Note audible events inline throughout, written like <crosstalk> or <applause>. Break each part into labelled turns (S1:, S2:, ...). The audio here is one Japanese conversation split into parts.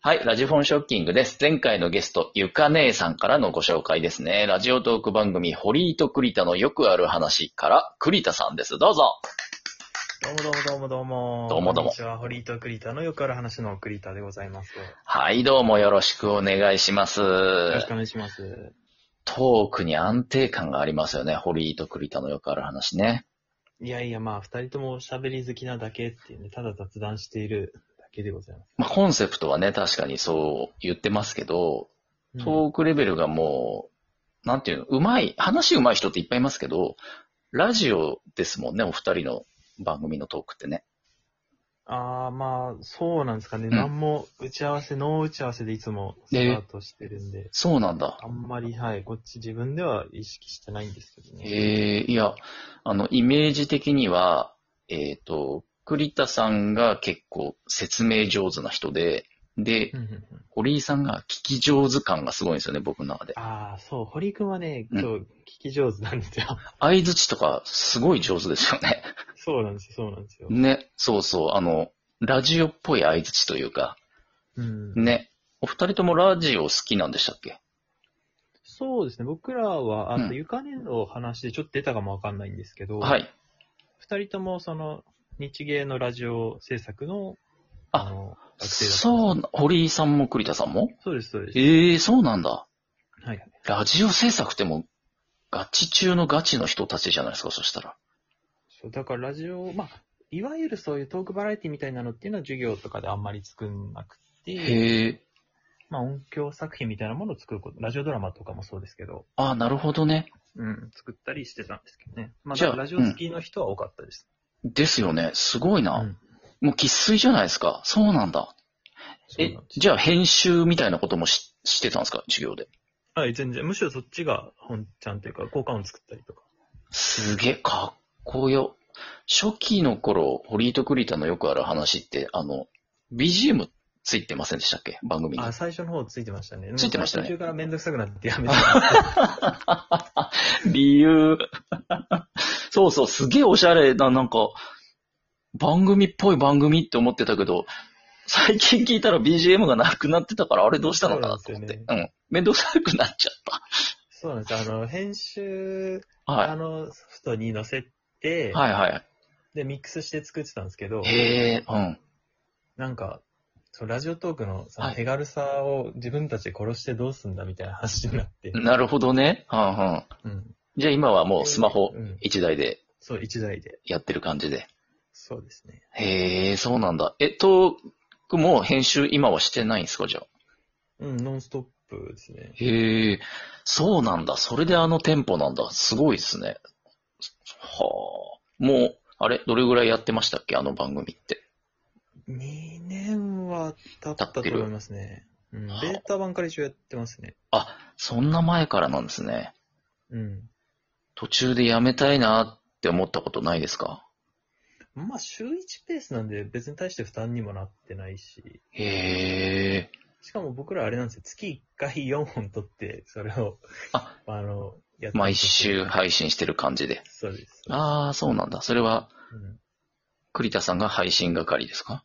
S1: はい、ラジフォンショッキングです。前回のゲスト、ゆか姉さんからのご紹介ですね。ラジオトーク番組、堀井と栗田のよくある話から、栗田さんです。どうぞ。
S2: どうもどうもどうもどうも。
S1: どうもどうも
S2: こんにちは、堀井と栗田のよくある話の栗田でございます。
S1: はい、どうもよろしくお願いします。
S2: よろしくお願いします。
S1: トークに安定感がありますよね。堀井と栗田のよくある話ね。
S2: いやいや、まあ、二人とも喋り好きなだけっていうね、ただ雑談しているだけでございます。
S1: まあ、コンセプトはね、確かにそう言ってますけど、
S2: うん
S1: トークレベルがもう、なんていうの、うまい、話うまい人っていっぱいいますけど、ラジオですもんね、お二人の番組のトークってね。
S2: あー、まあ、そうなんですかね。
S1: ん
S2: 何も打ち合わせ、ノー打ち合わせでいつもスタートしてるんで、
S1: そうなんだ。
S2: あんまり、はい、こっち自分では意識してないんですけどね。
S1: ええいや、あの、イメージ的には、えっ、と、栗田さんが結構説明上手な人で、で、
S2: うんうんうん
S1: 堀井さんが聞き上手感がすごいんですよね、僕の中で。
S2: あー、そう、堀井くんはね、
S1: うん
S2: 今日聞き上手なんですよ。 <laughs>
S1: 相づちとかすごい上手ですよね。
S2: そうなんですよ、そうなんですよ。
S1: ね、そうそう、あの、ラジオっぽい相づちというか、
S2: うん
S1: ね、お二人ともラジオ好きなんでしたっけ
S2: そうですね。僕らは、
S1: うん
S2: あと、ゆかねの話でちょっと出たかもわかんないんですけど、
S1: はい。
S2: 二人とも、その、日芸のラジオ制作の、
S1: あ
S2: の、学生だったんで
S1: そうな、堀井さんも栗田さんも
S2: す。そうです、そうです。
S1: ええそうなんだ。
S2: はいはい。
S1: ラジオ制作ってもう、ガチ中のガチの人たちじゃないですか、そしたら。
S2: そう、だからラジオ、まあ、いわゆるそういうトークバラエティみたいなのっていうのは授業とかであんまり作んなくて、
S1: へえ。
S2: まあ、音響作品みたいなものを作ること、ラジオドラマとかもそうですけど、
S1: ああ、なるほどね。
S2: うん、作ったりしてたんですけどね。まあ、
S1: じゃあ
S2: だからラジオ好きの人は多かったです。
S1: ですよね。すごいな。
S2: うん
S1: もう喫水じゃないですか。そうなんだ。
S2: そう
S1: え
S2: なんで、すよ
S1: じゃあ編集みたいなこともししてたんですか授業で。
S2: はい、全然。むしろそっちが本ちゃんというか、効果音作ったりとか。
S1: すげえ、かっこよ。初期の頃、堀井と栗田のよくある話って、あの、BGM ついてませんでしたっけ番組に。
S2: あ、最初の方ついてましたね。
S1: ついてましたね
S2: 途中からめんどくさくなって
S1: <laughs>
S2: やめた。
S1: 理由。そうそう、すげえおしゃれな、なんか、番組っぽい番組って思ってたけど、最近聞いたら BGM がなくなってたから、あれどうしたのかなと思って。
S2: そう
S1: うん。めんどくさくなっちゃっ
S2: そうなんです。あの、編集、
S1: た。はい
S2: あ。の、ソフトに載せて、
S1: はいはい。
S2: で、ミックスして作ってたんですけど、
S1: へえ、うん。
S2: なんか、そうラジオトークのその
S1: はい
S2: 手軽さを自分たちで殺してどうすんだみたいな話になって、
S1: なるほどね。うんうん。
S2: うん。
S1: じゃあ今はもうスマホ
S2: うん
S1: 1台で
S2: そう、一台で。
S1: やってる感じで。
S2: そうですね。
S1: へえ、そうなんだ。え、トークも編集今はしてないんですかじゃあ。
S2: うん、ノンストップですね。
S1: へえ、そうなんだ。それであの店舗なんだ。すごいですね。はあ。もう、あれ、どれぐらいやってましたっけあの番組って。
S2: 2年は経ったと思いますね。うん、ベ
S1: はあ
S2: ータ版から一応やってますね。
S1: そんな前からなんですね。
S2: うん。
S1: 途中でやめたいなって思ったことないですか
S2: まあ、週1ペースなんで別に対して負担にもなってないし、
S1: へえ。
S2: しかも僕らあれなんですよ、月1回4本撮って、それを、
S1: あ、
S2: あの、やって
S1: 毎。週配信してる感じで。
S2: そうです。
S1: ああ、そうなんだ。それは、
S2: うん
S1: 栗田さんが配信係ですか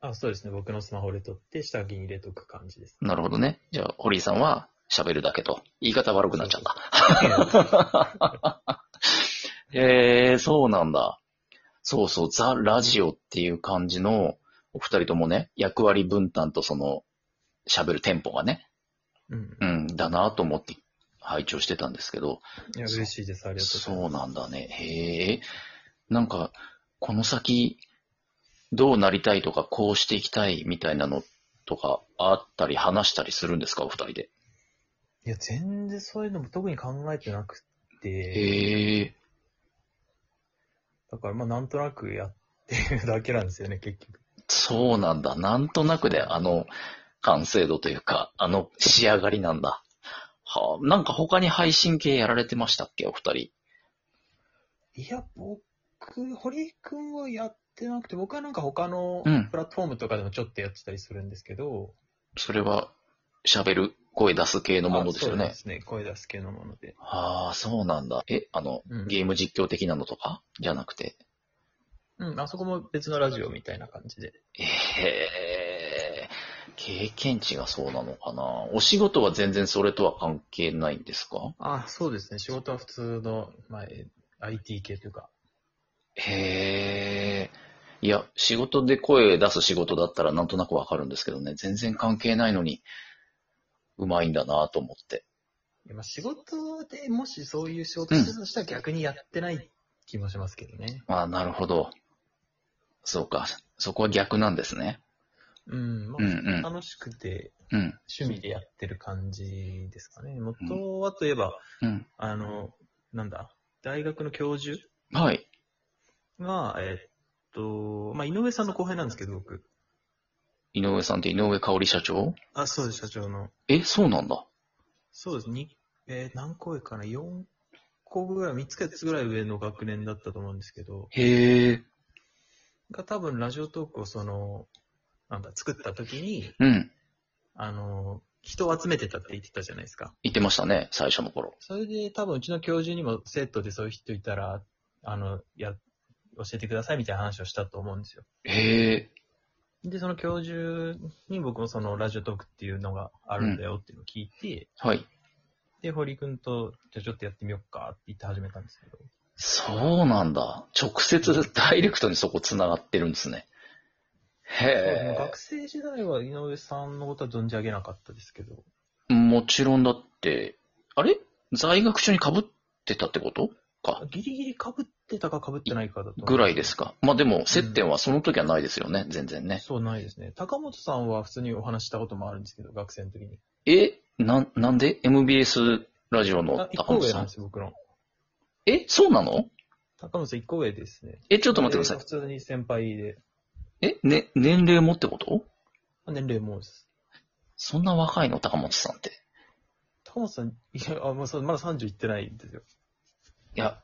S2: あ、そうですね、僕のスマホで撮って、下着に入れとく感じ
S1: <laughs>
S2: です。
S1: なるほどね。じゃあ、堀井さんは喋るだけと。言い方悪くなっちゃった。 <laughs> へえー、そうなんだ。そうそう、ザ・ラジオっていう感じの、お二人ともね、役割分担とその、喋るテンポがね、
S2: うん
S1: う。ん、だなと思って、拝聴してたんですけど、
S2: いや、嬉しいです、ありがとうございます。
S1: そうなんだね。へえ。なんか、この先、どうなりたいとか、こうしていきたいみたいなのとか、あったり話したりするんですか、お二人で。
S2: いや、全然そういうのも特に考えてなくて、
S1: へえ。
S2: だからまあ、なんとなくやってるだけなんですよね、結局。
S1: そうなんだ。なんとなくで、あの、完成度というか、あの、仕上がりなんだ。はあ、なんか他に配信系やられてましたっけお二人。
S2: いや、僕、堀井くんはやってなくて、僕はなんか他の
S1: うん
S2: プラットフォームとかでもちょっとやってたりするんですけど、
S1: それは、喋る、声出す系のものですよ
S2: あそう
S1: ね
S2: で。すね、声出す系のもので。
S1: ああ、そうなんだ。え、あの、
S2: うん
S1: ゲーム実況的なのとかじゃなくて。
S2: うん、あそこも別のラジオみたいな感じで。
S1: ええ経験値がそうなのかなお仕事は全然それとは関係ないんですか
S2: あそうですね。仕事は普通の、まあ、え IT 系というか。
S1: へえ。いや、仕事で声出す仕事だったらなんとなくわかるんですけどね、全然関係ないのに、うまいんだなと思って。
S2: まあ、仕事でもしそういう仕事してたとしたら逆にやってない気もしますけどね。
S1: ああ、なるほど。そうか。そこは逆なんですね。
S2: うん。
S1: うんう
S2: まあ、
S1: ん。
S2: 楽しくて
S1: うん。
S2: 趣味でやってる感じですかね。元はといえば、
S1: うん。
S2: あの、なんだ、大学の教授
S1: はい。
S2: が、えっと、まあ、井上さんの後輩なんですけど、僕。
S1: 井上さんって井上香織社長
S2: あ、そうです、社長の。
S1: え、そうなんだ。
S2: そうです、に、えー何個上かな ?4 個ぐらい、3つか4つぐらい上の学年だったと思うんですけど、
S1: へえ。
S2: が多分ラジオトークをその、なんだ、作った時に、
S1: うん。
S2: あの、人を集めてたって言ってたじゃないですか。
S1: 言ってましたね、最初の頃。
S2: それで多分うちの教授にも生徒でそういう人いたら、あの、や、教えてくださいみたいな話をしたと思うんですよ。
S1: へえ。
S2: で、その教授に僕もそのラジオトークっていうのがあるんだよっていうのを聞いて、
S1: はい。
S2: で、堀井くんと、じゃあちょっとやってみようかって言って始めたんですけど。
S1: そうなんだ。直接ダイレクトにそこ繋がってるんですね。
S2: そう
S1: へ
S2: 学生時代は井上さんのことは存じ上げなかったですけど、
S1: え。もちろんだって、あれ在学中に被ってたってことか。
S2: ギリギリ被ってたか被ってないかだと思う。
S1: ぐらいですか。まあでも、接点はその時はないですよね、全然ね。
S2: そうないですね。高本さんは普通にお話ししたこともあるんですけど、学生の時に。
S1: え、なん、なんで ?MBS ラジオの
S2: あ、一
S1: 高
S2: 個
S1: 本
S2: 上
S1: さ
S2: なん
S1: ん
S2: で。すよ、僕の。
S1: え、そうなの
S2: 高本さん一個上ですね。
S1: え、ちょっと待ってください。
S2: 普通に先輩で、
S1: え、ね、年齢もってこと
S2: 年齢もです。
S1: そんな若いの高本さんって。
S2: 高本さん、いや、あもうそうまだ30いってないんですよ。
S1: いや、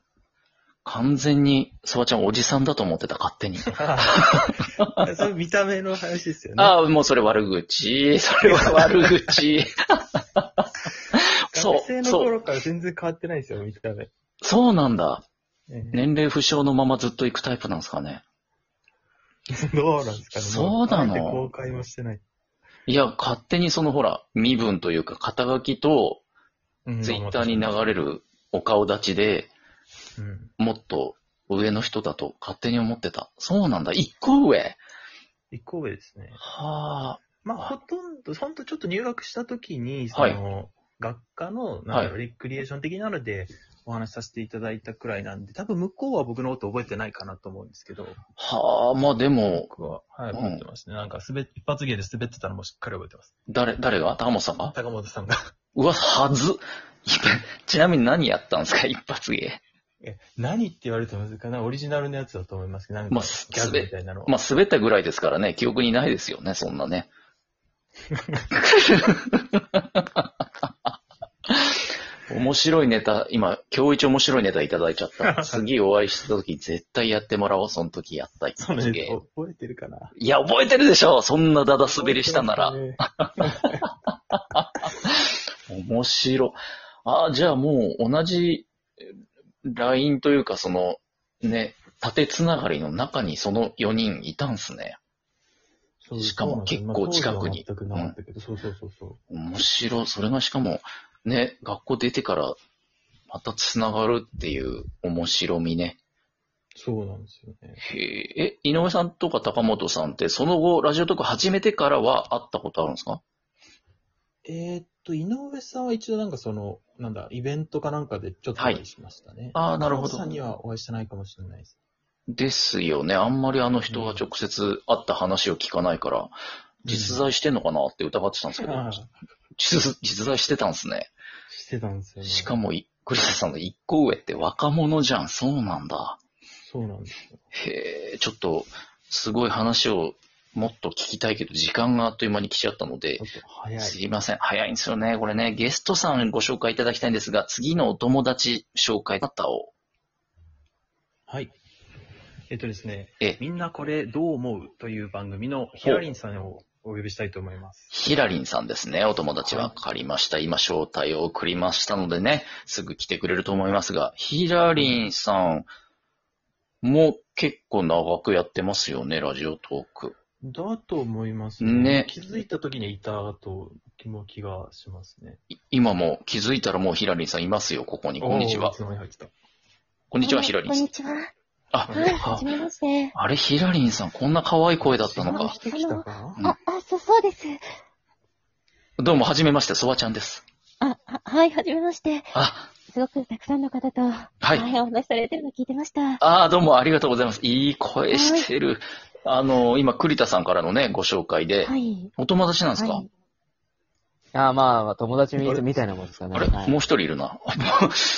S1: 完全に、そばちゃんおじさんだと思ってた、勝手に。
S2: <laughs> それ見た目の話ですよね。
S1: ああ、もうそれ悪口。それは悪口。そう
S2: <laughs> 学生の頃から全然変わってないですよ、見た目。
S1: そうなんだ。
S2: ええ
S1: 年齢不詳のままずっと行くタイプなんですかね。
S2: <laughs> どうなんですかね。
S1: そうなの
S2: もあえて公開もしてない。
S1: いや、勝手にそのほら、身分というか、肩書きと、ツイッターに流
S2: れ、
S1: れるお顔立ちで、
S2: うん
S1: もっと上の人だと勝手に思ってた。そうなんだ。一個上。
S2: 一個上ですね。
S1: はあ。
S2: まあ、ほとんど、ほんとちょっと入学した時に、その、学科の、なんだろう、
S1: は
S2: レクリエーション的なので、お話しさせていただいたくらいなんで、多分向こうは僕のこと覚えてないかなと思うんですけど、
S1: はあ、まあでも、
S2: 僕は、はい、
S1: うん
S2: 覚えてますね。なんか、滑っ、一発芸で滑ってたのもしっかり覚えてます。
S1: 誰、誰が高本さんが
S2: 高本さんが。
S1: うわ、はず。いやちなみに何やったんですか一発芸。
S2: え、何って言われても難しいな。オリジナルのやつだと思いますけど、なんか、
S1: まあ
S2: ギャグみたいなのは。
S1: まあ、滑ったぐらいですからね、記憶にないですよね、そんな
S2: <laughs>
S1: ね。面白いネタ、今、今日一面白いネタいただいちゃ
S2: <laughs>
S1: った。次お会いした時、絶対やってもらおう、その時やった一
S2: そう
S1: 発
S2: ね、
S1: 芸。
S2: 覚えてるかな。
S1: いや、覚えてるでしょそんなダダ滑りしたなら。
S2: 覚えて
S1: 面白い。ああ、じゃあもう同じえーラインというか、その、ね、縦つながりの中にその4人いたんすね。
S2: ますね、
S1: しかも結構近くに
S2: そうそうまあ当時は全くなかったけど、そうそうそうそう。
S1: 面白い。それがしかも、ね、学校出てから、またつながるっていう面白みね。
S2: そうなんですよね。
S1: へえ、え井上さんとか高本さんって、その後、ラジオとか始めてからは会ったことあるんですか
S2: えーっと、井上さんは一度なんかその、なんだ、イベントかなんかでちょっとお
S1: はい
S2: 会いしましたね。
S1: ああ、なるほ
S2: 高橋さん
S1: ど。
S2: にはお会いしてないかもしれないです。
S1: ですよね。あんまりあの人が直接会った話を聞かないから、実在してんのかなって疑ってたんですけど、
S2: ああ
S1: 実実在してたんですね。
S2: してたんですよね。
S1: しか。もい、栗田さんの一個上って若者じゃん。そうなんだ。
S2: そうなんですよ。
S1: へえ、ちょっと、すごい話をもっと聞きたいけど、時間があっという間に来ちゃったので
S2: ちょ、っと早い。
S1: すいません。早いんですよね。これね、ゲストさんご紹介いただきたいんですが、次のお友達紹介方を。
S2: はい。えっとですね
S1: え、
S2: みんなこれどう思うという番組のヒラリンさんをお呼びしたいと思います。
S1: ヒラリンさんですね。お友達
S2: は
S1: はい分かりました。今、招待を送りましたのでね、すぐ来てくれると思いますが、ヒラリンさんも結構長くやってますよね、ラジオトーク。
S2: だと思います
S1: ね
S2: 気づいた時にいたと気も気がしますね。
S1: い今も気づいたらもうヒラリンさんいますよ、ここに。こんにち
S2: おー。
S1: はい
S2: つの間に入ってた。
S1: こんにちは、ヒラリン
S3: こん
S1: さん。
S3: にちは。
S1: あ、
S3: はい、
S1: あ
S3: はじめまして。
S1: あれ、ヒラリンさん、こんな可愛い声だったの
S2: 仕事
S1: か
S2: し。てきたか
S1: うん
S3: あ、あ、そう、そうです。
S1: どうも、はじめまして、ソワちゃんです。
S3: あ、ははい、はじめまして。
S1: あ、
S3: すごくたくさんの方と、はいお話しされてるの聞いてました。
S1: ああ、どうもありがとうございます。いい声してる。あの、今、栗田さんからのね、ご紹介で、
S3: はい。
S1: お友達なんですか、
S3: はい
S4: ああ、まあまあ、友達みみたいなもんですかね。
S1: あれ、
S4: はい
S1: もう一人いる
S4: <laughs>
S1: な。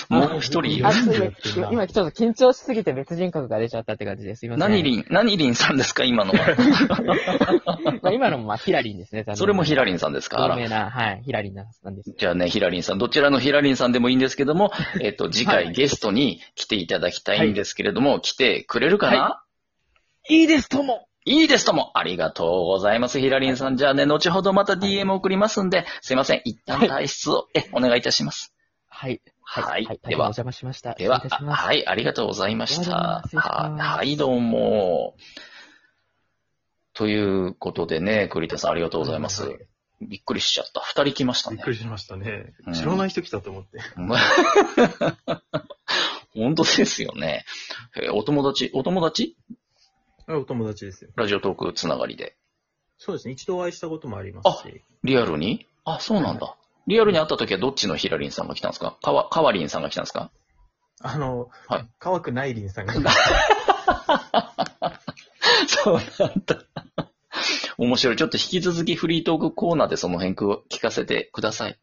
S1: もう一人いる
S4: あ、
S2: あ
S4: す
S2: そう
S4: ぐ今、今ちょっと緊張しすぎて別人格が出ちゃったって感じです。すいません。
S1: 何リン、何リンさんですか今のは。
S4: まあ今のもまあ、ヒラリンですね。
S1: それもヒ
S4: リ
S1: ラリンさんですかあ
S4: 有
S1: ら
S4: 名な、はい、ヒラリンなんです。
S1: じゃあね、ヒラリンさん、どちらのヒラリンさんでもいいんですけども、えっと、次
S4: は
S1: 回
S4: い
S1: ゲストに来ていただきたいんですけれども、来てくれるかな、
S4: いいです、とも
S1: いいですとも、ありがとうございます、ヒラリンさん。じゃあね、後ほどまた DM 送りますんで、すいません、一旦退出を、え、お願いいたします。
S4: はい。
S1: はい。
S4: 大
S1: で
S4: 変お
S1: は、
S4: 邪魔しました。
S1: では
S4: 失礼い、たし
S1: あ
S4: ます
S1: はい、ありがとうございまし
S4: あ
S1: た。
S4: りがとうございます
S1: ははい、どうも。ということでね、栗田さんありがとうございます。びっくりしちゃった。二人来ました
S2: びっ
S1: ね
S2: く。りしましたね
S1: う。ん
S2: 知らない人来たと思って。
S1: <laughs> 本当ですよね。えーお友達、お友達
S2: お友達ですよ。
S1: ラジオトークつながりで。
S2: そうですね。一度お会いしたこともありますし。
S1: リアルにあ、そうなんだ。リアルに会った時はどっちのヒラリンさんが来たんですかかわ、かわりんさんが来たんですか
S2: あの
S1: はい、
S2: 乾くないりんさんが。
S1: <laughs> そうなんだ。 <laughs> 面白い。ちょっと引き続きフリートークコーナーでその辺く聞かせてください。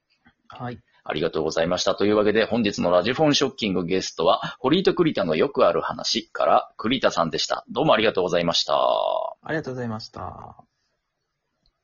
S2: はい。
S1: ありがとうございました。というわけで本日のラジフォンショッキングゲストは、堀井と栗田のよくある話から栗田さんでした。どうもありがとうございました。
S2: ありがとうございました。